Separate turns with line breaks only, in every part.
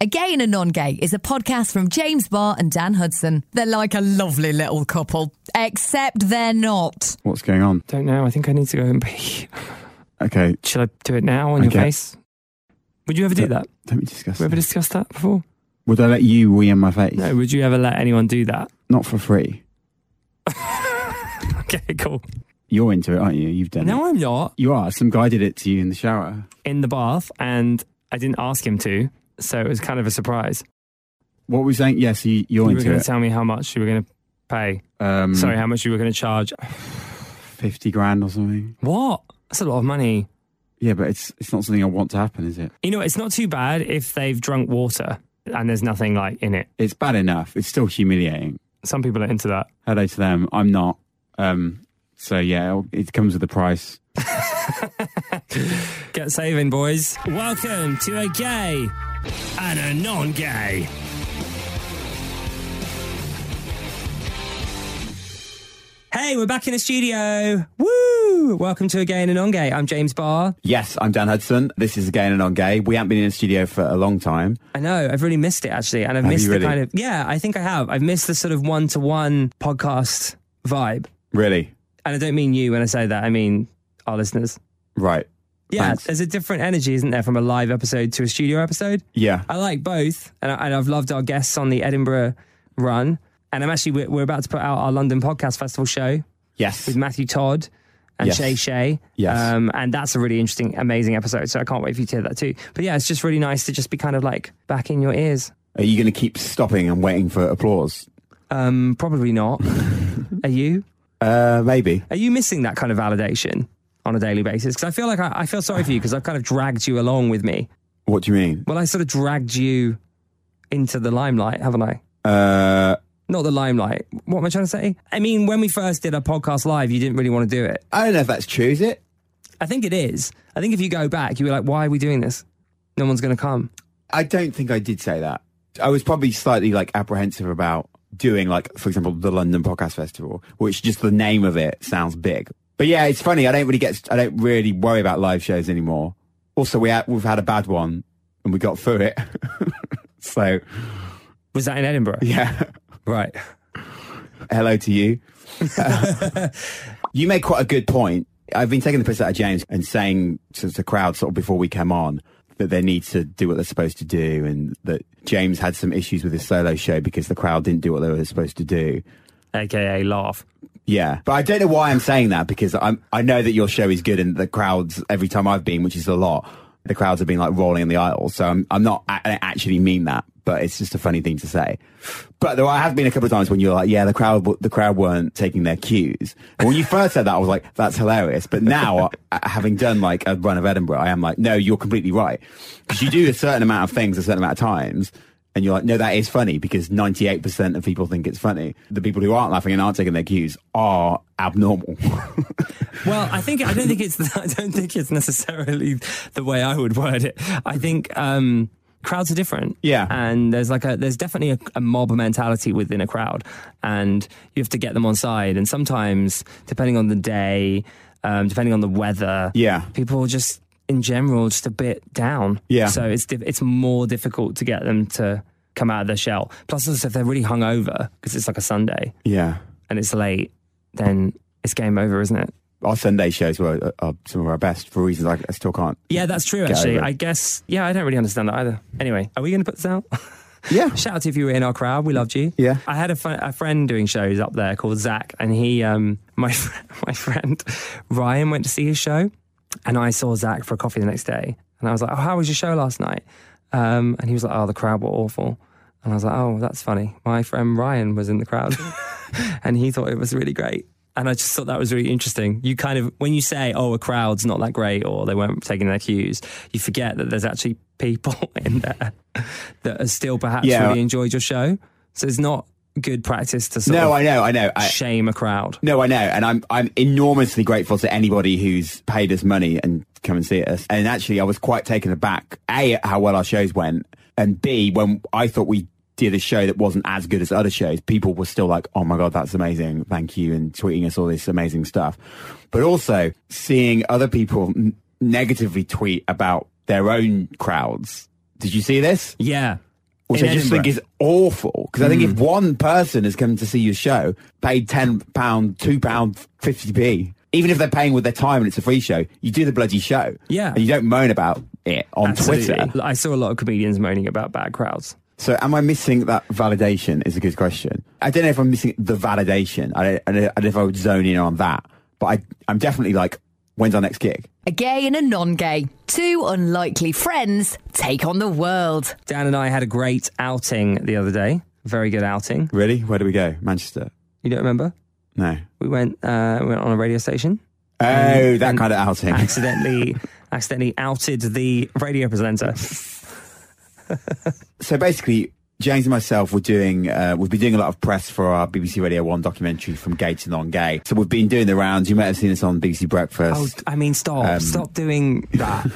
A Gay and a Non Gay is a podcast from James Barr and Dan Hudson. They're like a lovely little couple, except they're not.
What's going on?
Don't know. I think I need to go and pee.
Okay,
Shall I do it now on
Okay.
your face? Would you ever do that?
don't we discuss
Have we ever
that?
discussed that before?
Would I let you wee in my face?
No. Would you ever let anyone do that?
Not for free.
Okay, cool.
You're into it, aren't you? You've done it.
No, I'm not.
You are. Some guy did it to you in the shower.
In the bath, and I didn't ask him to, so it was kind of a surprise.
What were we saying? Yes, you, you're
you were
into
going to
it.
tell me how much you were going to pay.
Um,
Sorry, how much you were going to charge.
50 grand or something.
What? That's a lot of money.
Yeah, but it's it's not something I want to happen, is it?
You know, it's not too bad if they've drunk water and there's nothing like in it.
It's bad enough. It's still humiliating.
Some people are into that.
Hello to them. I'm not. Um, so yeah, it comes with a price.
Get saving, boys. Welcome to a gay and a non gay. Hey, we're back in the studio. Woo! Welcome to a gay and a non gay. I'm James Barr.
Yes, I'm Dan Hudson. This is Gay and On Gay. We haven't been in the studio for a long time.
I know, I've really missed it actually. And I've
Have
missed
you
the
really?
kind of, yeah, I think I have. I've missed the sort of one to one podcast vibe.
Really?
And I don't mean you when I say that, I mean our listeners.
Right.
Yeah,
Thanks.
there's a different energy, isn't there, from a live episode to a studio episode?
Yeah.
I like both, and, I, and I've loved our guests on the Edinburgh run. And I'm actually we're, we're about to put out our London Podcast Festival show
Yes.
with Matthew Todd and
Yes.
Shay Shay.
Yes.
um, and that's a really interesting, amazing episode. So I can't wait for you to hear that too. But yeah, it's just really nice to just be kind of like back in your ears.
Are you going to keep stopping and waiting for applause?
Um, probably not. Are you?
Uh, maybe.
Are you missing that kind of validation on a daily basis? Because I feel like I, I feel sorry for you because I've kind of dragged you along with me.
What do you mean?
Well, I sort of dragged you into the limelight, haven't I?
Uh,
Not the limelight. What am I trying to say? I mean, when we first did our podcast live, you didn't really want to do it.
I don't know if that's true, is it?
I think it is. I think if you go back, you were like, why are we doing this? No one's going to come.
I don't think I did say that. I was probably slightly like apprehensive about doing like, for example, the London Podcast Festival, which just the name of it sounds big. But yeah, it's funny. I don't really get, I don't really worry about live shows anymore. Also, we ha- we've had a bad one and we got through it. so
Was that in Edinburgh?
yeah,
Right.
hello to you. you made quite a good point. I've been taking the piss out of James and saying to the crowd sort of before we came on that they need to do what they're supposed to do and that James had some issues with his solo show because the crowd didn't do what they were supposed to do.
AKA laugh.
Yeah. But I don't know why I'm saying that because I'm, I know that your show is good and the crowds, every time I've been, which is a lot, the crowds have been like rolling in the aisles. So I'm, I'm not, I don't actually mean that, but it's just a funny thing to say. But there have been a couple of times when you're like, yeah, the crowd, w- the crowd weren't taking their cues. And when you first said that, I was like, that's hilarious. But now, uh, having done like a run of Edinburgh, I am like, no, you're completely right. Because you do a certain amount of things a certain amount of times. And you're like, no, that is funny because 98% of people think it's funny. The people who aren't laughing and aren't taking their cues are abnormal.
Well, I think I don't think it's I don't think it's necessarily the way I would word it. I think um, crowds are different.
Yeah.
and there's like a there's definitely a, a mob mentality within a crowd, and you have to get them on side. And sometimes, depending on the day, um, depending on the weather,
Yeah.
people are just in general just a bit down.
Yeah.
so it's diff- it's more difficult to get them to come out of their shell. Plus, also if they're really hungover because it's like a Sunday
yeah.
and it's late, then it's game over, isn't it?
Our Sunday shows were uh, are some of our best for reasons I, I still can't.
Yeah, that's true.
Get
Actually,
over it.
I guess. Yeah, I don't really understand that either. Anyway, are we going to put this out?
Yeah.
Shout out to you if you were in our crowd. We loved you.
Yeah.
I had a, fun, a friend doing shows up there called Zach, and he, um, my fr- my friend Ryan went to see his show, and I saw Zach for a coffee the next day, and I was like, "Oh, how was your show last night?" Um, and he was like, "Oh, the crowd were awful," and I was like, "Oh, that's funny." My friend Ryan was in the crowd, and he thought it was really great. And I just thought that was really interesting. You kind of, when you say, oh, a crowd's not that great or they weren't taking their cues, you forget that there's actually people in there that are still perhaps
Yeah.
really enjoyed your show. So it's not good practice to sort
No,
of
I know, I know. I,
shame a crowd.
No, I know, and I'm I'm enormously grateful to anybody who's paid us money and come and see us. And actually, I was quite taken aback a at how well our shows went, and b when I thought we did a show that wasn't as good as other shows, people were still like, "Oh my god, that's amazing! Thank you!" and tweeting us all this amazing stuff. But also seeing other people n- negatively tweet about their own crowds. Did you see this?
Yeah.
which
In
I just think is
Edinburgh. Hmm.
awful. Because I think if one person has come to see your show, paid ten pound, two pound fifty p, even if they're paying with their time and it's a free show, you do the bloody show.
Yeah.
and you don't moan about it on Twitter.
Absolutely. I saw a lot of comedians moaning about bad crowds.
So am I missing that validation is a good question. I don't know if I'm missing the validation. I don't, I don't, I don't know if I would zone in on that, but I, I'm definitely like, when's our next gig?
A gay and a non gay. Two unlikely friends take on the world.
Dan and I had a great outing the other day. Very good outing.
Really? Where do we go? Manchester?
You don't remember?
No.
We went, uh, we went on a radio station.
Oh,
um,
that kind of outing.
Accidentally, accidentally outed the radio presenter.
So basically, James and myself were doing, uh, we've been doing a lot of press for our BBC Radio 1 documentary from gay to non-gay. So we've been doing the rounds. You might have seen us on BBC
Oh,
Breakfast.
I mean, stop,
Um,
stop doing that.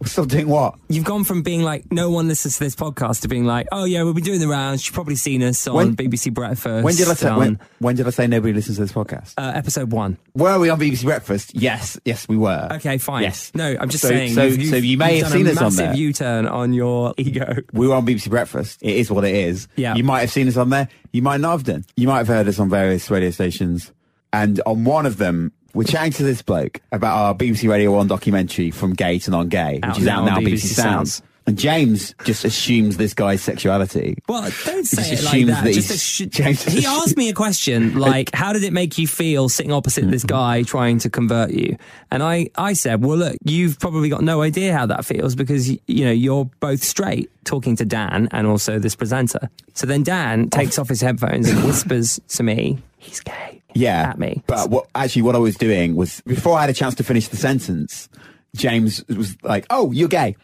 We're still Oh, doing what?
You've gone from being like, no one listens to this podcast to being like, oh yeah, we've been doing the rounds. You've probably seen us on
When-
BBC Breakfast.
When did I say,
on,
when, when did I say nobody listens to this podcast?
uh, episode one.
Were we on BBC Breakfast? Yes, yes, we were.
Okay, fine.
Yes.
No, I'm just
So-
saying.
So,
you've- you've-
so you may
you've
have
done
seen
a
us on
massive
there.
U-turn on your ego.
we were on BBC Breakfast. It is what it is.
Yeah.
You might have seen us on there. You might not have done. You might have heard us on various radio stations. And on one of them, we're chatting to this bloke about our BBC Radio 1 documentary from gay to non-gay,
Out
which is
now
out now,
on
BBC,
BBC
Sounds.
Sounds.
And James just assumes this guy's sexuality.
Well, don't
just
say it like
assumes
that.
that
Just
he's-
assu-
James-
he asked me a question like, "How did it make you feel sitting opposite this
Mm-hmm.
guy trying to convert you?" And I, I said, "Well, look, you've probably got no idea how that feels because y- you know you're both straight." Talking to Dan and also this presenter. So then
Oh.
Dan takes off his headphones and whispers to me, "He's gay."
Yeah.
at me.
But what, actually, what I was doing was, before I had a chance to finish the sentence, James was like, oh, you're gay.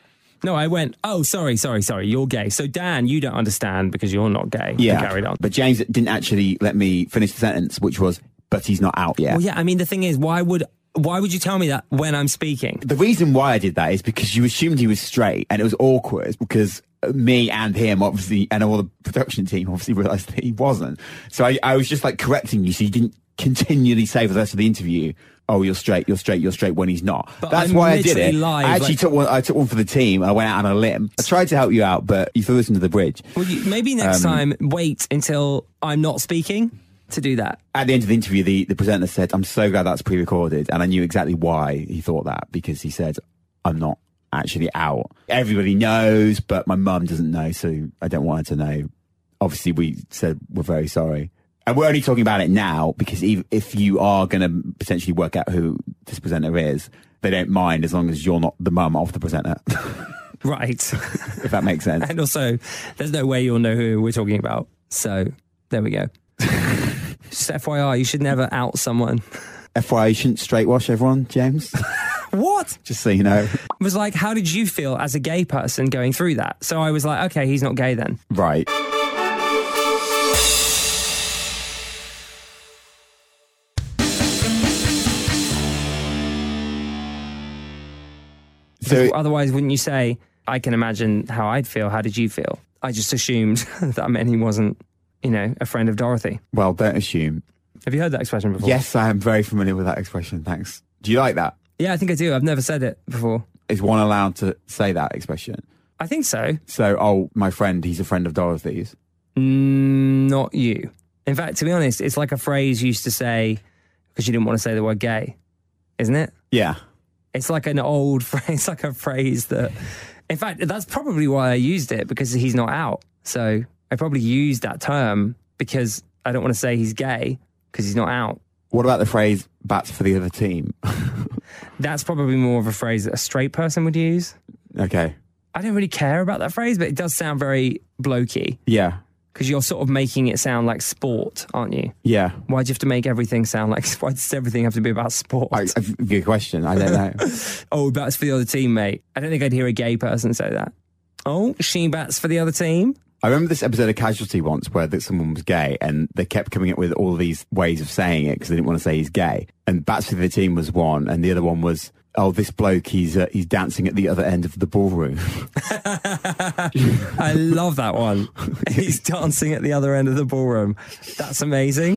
No, I went, "Oh, sorry, sorry, sorry. You're gay." So Dan, you don't understand because you're not gay. and
Yeah.
carried on.
But James didn't actually let me finish the sentence, which was, but he's not out yet.
well, yeah. I mean, the thing is, why would why would you tell me that when I'm speaking?
The reason why I did that is because you assumed he was straight and it was awkward because me and him obviously and all the production team obviously realized that he wasn't. So I, I was just like correcting you so you didn't continually say for the rest of the interview, Oh, you're straight, you're straight, you're straight when he's not.
But
That's
I'm
why I did it.
literally live,
I actually
like-
took one I took one for the team. I went out on a limb. I tried to help you out, but you threw us into the bridge.
Well, you, maybe next time, wait until I'm not speaking to do that.
At the end of the interview the, the presenter said, I'm so glad that's pre recorded and I knew exactly why he thought that, because he said, I'm not actually out. Everybody knows, but my mum doesn't know, so I don't want her to know. Obviously, we said we're very sorry. And we're only talking about it now because if, if you are going to potentially work out who this presenter is, they don't mind as long as you're not the mum of the presenter,
Right.
if that makes sense.
and also, there's no way you'll know who we're talking about. So there we go. Just FYI, you should never out someone.
FYI, you shouldn't straight wash everyone, James,
What?
just so you know.
It was like, how did you feel as a gay person going through that? So I was like, okay, he's not gay then.
Right. So
Otherwise, wouldn't you say, I can imagine how I'd feel. How did you feel? I just assumed that meant he wasn't, you know, a friend of Dorothy.
well, don't assume.
Have you heard that expression before?
Yes, I am very familiar with that expression. Thanks. Do you like that?
Yeah, I think I do. I've never said it before.
Is one allowed to say that expression?
I think so.
So, oh, my friend, he's a friend of Dorothy's.
Mm, not you. In fact, to be honest, it's like a phrase you used to say because you didn't want to say the word gay, isn't it?
Yeah.
It's like an old phrase. It's like a phrase that, in fact, that's probably why I used it because he's not out. So I probably used that term because I don't want to say he's gay because he's not out.
What about the phrase "bats for the other team"?
That's probably more of a phrase that a straight person would use.
okay.
I don't really care about that phrase, but it does sound very blokey
Yeah.
because you're sort of making it sound like sport, aren't you?
Yeah.
Why do you have to make everything sound like? Why does everything have to be about sport?
I, I, good question. I don't know.
oh, bats for the other team, mate. I don't think I'd hear a gay person say that. Oh, she bats for the other team.
I remember this episode of Casualty once where that someone was gay and they kept coming up with all these ways of saying it because they didn't want to say he's gay. And Bats for the Team was one, and the other one was, oh, this bloke, he's uh, he's dancing at the other end of the ballroom.
I love that one. He's dancing at the other end of the ballroom. That's amazing.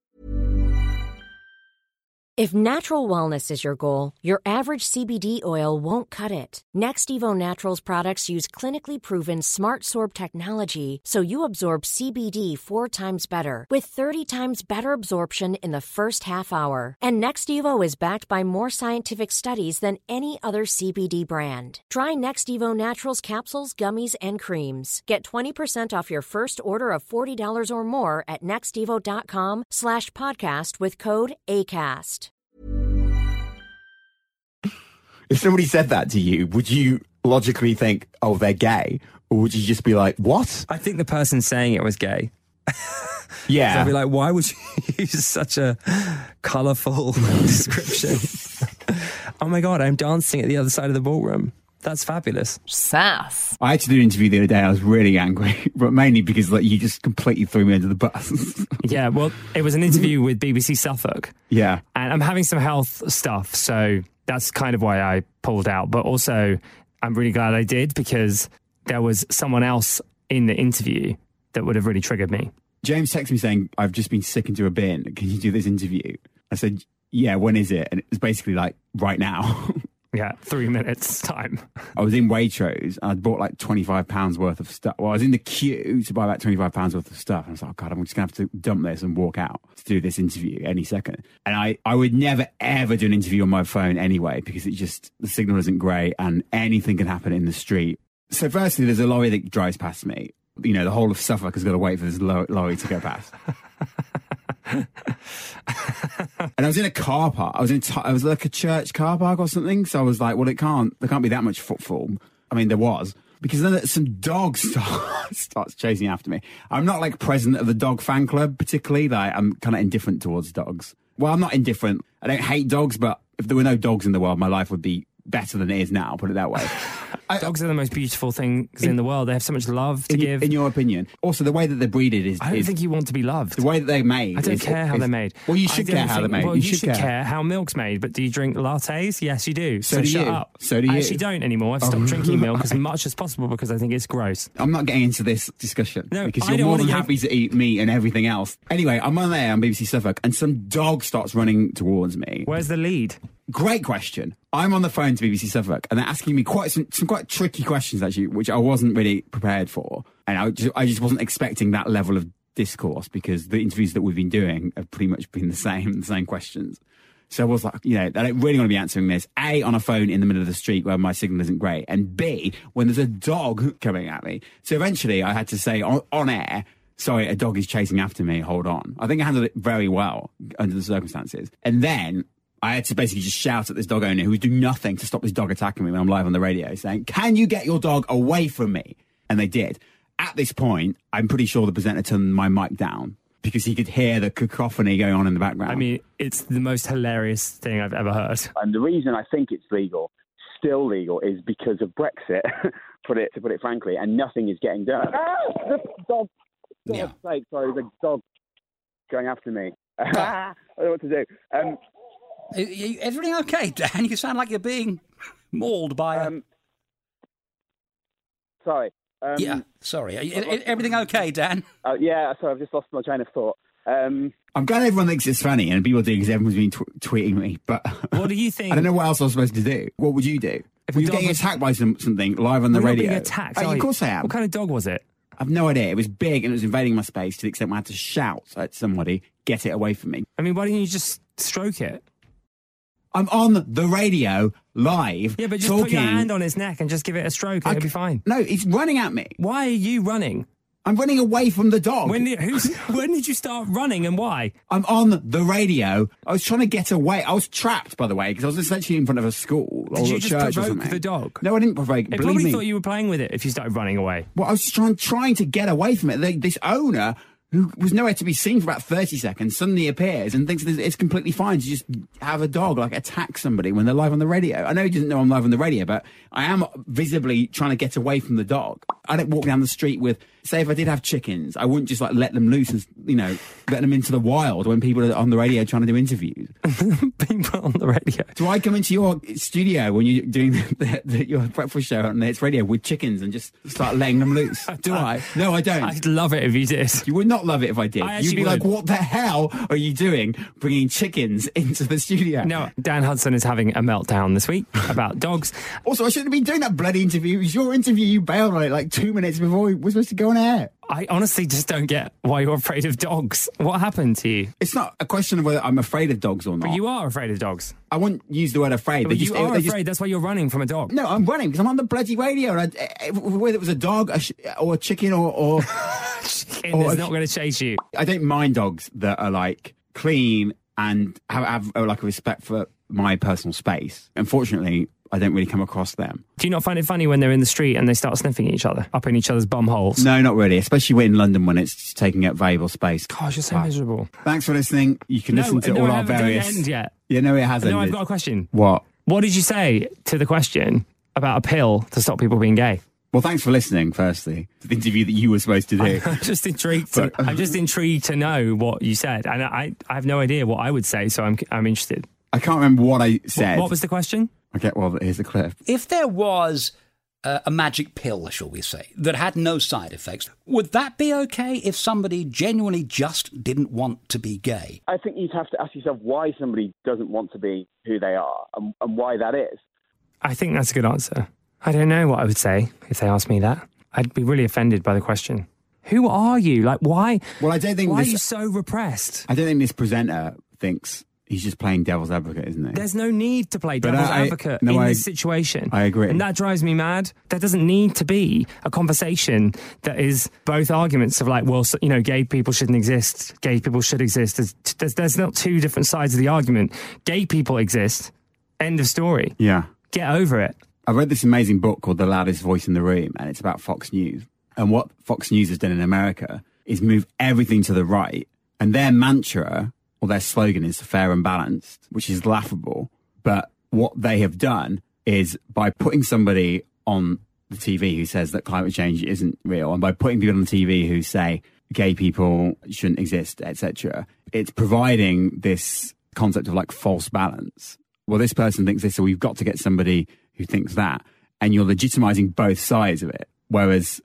If natural wellness is your goal, your average CBD oil won't cut it. Next Evo Naturals products use clinically proven smart sorb technology so you absorb CBD four times better with 30 times better absorption in the first half hour. And Next Evo is backed by more scientific studies than any other CBD brand. Try Next Evo Naturals capsules, gummies, and creams. Get 20% off your first order of $40 or more at nextevo.com slash podcast with code ACAST.
If somebody said that to you, would you logically think, oh, they're gay? Or would you just be like, what?
I think the person saying it was gay. So I'd
Yeah.
be like, why would you use such a colourful description? oh my god, I'm dancing at the other side of the ballroom. That's fabulous.
Sass.
I actually did an interview the other day. I was really angry, but mainly because like you just completely threw me under the bus.
Yeah, well, it was an interview with BBC Suffolk,
yeah.
and I'm having some health stuff, so that's kind of why I pulled out. But also, I'm really glad I did because there was someone else in the interview that would have really triggered me.
James texted me saying, I've just been sick into a bin. Can you do this interview? I said, yeah, when is it? And it was basically like right now.
Yeah, three minutes time.
I was in Waitrose and I'd bought like £25 worth of stuff. Well, I was in the queue to buy about £25 worth of stuff. And I was like, oh, God, I'm just going to have to dump this and walk out to do this interview any second. And I, I would never, ever do an interview on my phone anyway because it just, the signal isn't great and anything can happen in the street. So, firstly, there's a lorry that drives past me. You know, the whole of Suffolk has got to wait for this lo- lorry to go past. And I was in a car park. I was in, t- I was like a church car park or something. So I was like, well, it can't, there can't be that much footfall. I mean, there was because then some dog start, starts chasing after me. I'm not like president of the dog fan club particularly. Like I'm kind of indifferent towards dogs. Well, I'm not indifferent. I don't hate dogs, but if there were no dogs in the world, my life would be better than it is now. Put it that way.
Dogs are the most beautiful things in, the world. They have so much love to
in,
give.
in your opinion, also the way that they're breeded is.
I don't
is-
think you want to be loved.
the way that they're made.
I don't
is-
care how
is-
they're made.
Well, you
I
should
don't
care how they're made.
think- Well, should, care. how milk's made, but do you drink lattes? Yes, you do. So,
do
shut
you.
up.
So do
I
you.
actually don't anymore. I've
Oh,
stopped drinking milk as
right.
much as possible because I think it's gross.
I'm not getting into this discussion
No,
because
I
you're
don't
more
wanna
than
get-
happy to eat meat and everything else. Anyway, I'm on there on BBC Suffolk and some dog starts running towards me.
Where's the lead?
Great question. I'm on the phone to BBC Suffolk and they're asking me quite some, some quite tricky questions actually, which I wasn't really prepared for, and I just, I just wasn't expecting that level of discourse because the interviews that we've been doing have pretty much been the same, the same questions. So I was like, you know, I don't really want to be answering this. A, on a phone in the middle of the street where my signal isn't great. And B, when there's a dog coming at me. So eventually I had to say on, on air, sorry, a dog is chasing after me. Hold on. I think I handled it very well under the circumstances. And then I had to basically just shout at this dog owner who would do nothing to stop this dog attacking me when I'm live on the radio saying, can you get your dog away from me? And they did. At this point, I'm pretty sure the presenter turned my mic down because he could hear the cacophony going on in the background.
I mean, it's the most hilarious thing I've ever heard.
And the reason I think it's legal, still legal, is because of Brexit. put it to put it frankly, and nothing is getting done. Ah, the dog, for
Yeah.
God's sake, sorry, there's a dog going after me. I don't know what to do. Um,
Are you- everything okay, Dan? You sound like you're being mauled by a.
um, sorry. Um,
yeah, sorry. Are you- e- e- everything okay, Dan?
uh, yeah. Sorry, I've just lost my train of thought. Um,
I'm glad everyone thinks it's funny, and people do because everyone's been tw- tweeting me. But
What do you think?
I don't know what else I was supposed to do. What would you do? If
If
you
a
were
dog
getting
was-
attacked by some, something live on the
You're not
radio.
being attacked.
Oh,
are
of
you?
course I am.
What kind of dog was it?
I've no idea. It was big and it was invading my space to the extent where I had to shout at somebody, "Get it away from me!"
I mean, why didn't you just stroke it?
I'm on the radio live.
Yeah, but just
talking.
put your hand on its neck and just give it a stroke.
I
and It'll
c-
be fine.
No, it's running at me.
Why are you running?
I'm running away from the dog.
When did, who's, when did you start running and why?
I'm on the radio. I was trying to get away. I was trapped, by the way, because I was essentially in front of a school or
Did you
a
just
church or
provoke
something.
the dog?
No, I didn't provoke.
It
believe
probably
me.
thought you were playing with it if you started running away.
Well, I was just trying, trying to get away from it. They, this owner, who was nowhere to be seen for about 30 seconds, suddenly appears and thinks that it's completely fine to just have a dog, like, attack somebody when they're live on the radio. I know he doesn't know I'm live on the radio, but I am visibly trying to get away from the dog. I don't walk down the street with say if I did have chickens, I wouldn't just like let them loose and you know let them into the wild when people are on the radio trying to do interviews.
People on the radio.
Do I come into your studio when you're doing the, the, your breakfast show on the Hits radio with chickens and just start letting them loose? Do I? No, I don't.
I'd love it if you did.
you would not love it if I did.
I
You'd
actually
be like,
would.
"What the hell are you doing, bringing chickens into the studio?"
No, Dan Hudson is having a meltdown this week about dogs.
Also, I shouldn't have been doing that bloody interview. It was your interview. You bailed on it like two minutes before we were supposed to go on air.
I honestly just don't get why you're afraid of dogs. What happened to you?
It's not a question of whether I'm afraid of dogs or not.
You are afraid of dogs.
I wouldn't use the word afraid.
But
They
you
just-
are
they just-
afraid. That's why you're running from a dog.
No, I'm running because I'm on the bloody radio. And I, eh, whether it was a dog a sh- or a chicken or, or
Chicken is
if-
not going to chase you.
I don't mind dogs that are like clean and have, have uh, like a respect for my personal space. Unfortunately, I don't really come across them.
Do you not find it funny when they're in the street and they start sniffing at each other, up in each other's bum holes?
No, not really, especially when in London when it's just taking up valuable space.
Gosh, you're so miserable.
Thanks for listening. You can listen to
no,
all
I
our
haven't done the
various.
end yet.
Yeah, no, it hasn't.
No, I've got a question.
What?
What did you say to the question about a pill to stop people being gay?
Well, thanks for listening. Firstly, to the interview that you were supposed to do.
I'm just intrigued. To, I'm just intrigued to know what you said, and I, I have no idea what I would say, so I'm I'm interested.
I can't remember what I said.
What was the question?
Okay, well, here's the clip.
If there was uh, a magic pill, shall we say, that had no side effects, would that be okay if somebody genuinely just didn't want to be gay?
I think you'd have to ask yourself why somebody doesn't want to be who they are and, and why that is.
I think that's a good answer. I don't know what I would say if they asked me that. I'd be really offended by the question. Who are you? Like, why?
Well, I don't think
Why
this-
are you so repressed?
I don't think this presenter thinks he's just playing devil's advocate, isn't he?
There's no need to play
But
devil's
I-
advocate
no,
in
I-
this situation.
I agree.
And that drives me mad. There doesn't need to be a conversation that is both arguments of like, well, so, you know, gay people shouldn't exist. Gay people should exist. There's, there's, there's not two different sides of the argument. Gay people exist. End of story.
Yeah.
Get over it.
I read this amazing book called The Loudest Voice in the Room, and it's about Fox News. And what Fox News has done in America is move everything to the right. And their mantra or their slogan is fair and balanced, which is laughable. But what they have done is by putting somebody on the TV who says that climate change isn't real, and by putting people on the TV who say gay people shouldn't exist, etc., it's providing this concept of like false balance well, this person thinks this, so we've got to get somebody who thinks that. And you're legitimizing both sides of it. Whereas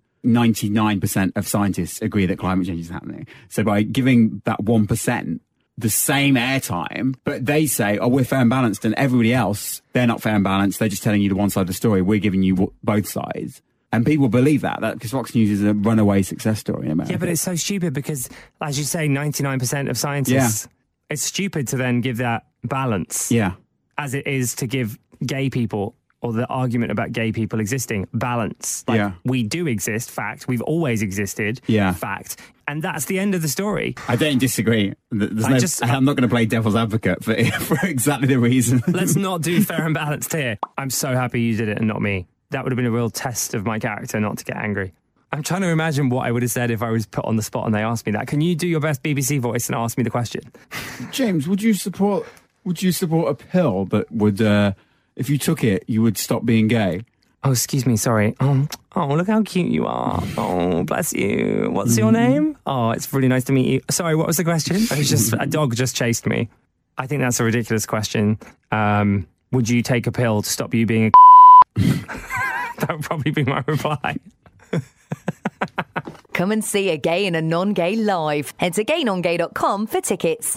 99% of scientists agree that climate change is happening. So by giving that 1% the same airtime, but they say, oh, we're fair and balanced, and everybody else, they're not fair and balanced. They're just telling you the one side of the story. We're giving you w- both sides. And people believe that, that because Fox News is a runaway success story in America.
Yeah, but it's so stupid because, as you say, 99% of scientists, it's stupid to then give that balance
Yeah.
as it is to give gay people or the argument about gay people existing balance. Like,
Yeah.
we do exist, fact. We've always existed,
Yeah.
fact. And that's the end of the story.
I don't disagree. Th- There's
I
no,
just-
I'm not going to play devil's advocate for, for exactly the reason.
Let's not do fair and balanced here. I'm so happy you did it and not me. That would have been a real test of my character not to get angry. I'm trying to imagine what I would have said if I was put on the spot and they asked me that. Can you do your best BBC voice and ask me the question?
James, would you support? Would you support a pill that would, uh, if you took it, you would stop being gay?
Oh, excuse me, sorry. Um, oh, look how cute you are. Oh, bless you. What's your name? Oh, it's really nice to meet you. Sorry, what was the question? It was just a dog just chased me. I think that's a ridiculous question. Um, would you take a pill to stop you being a That would probably be my reply.
Come and see a gay and a non gay live. Head to gaynongay.com for tickets.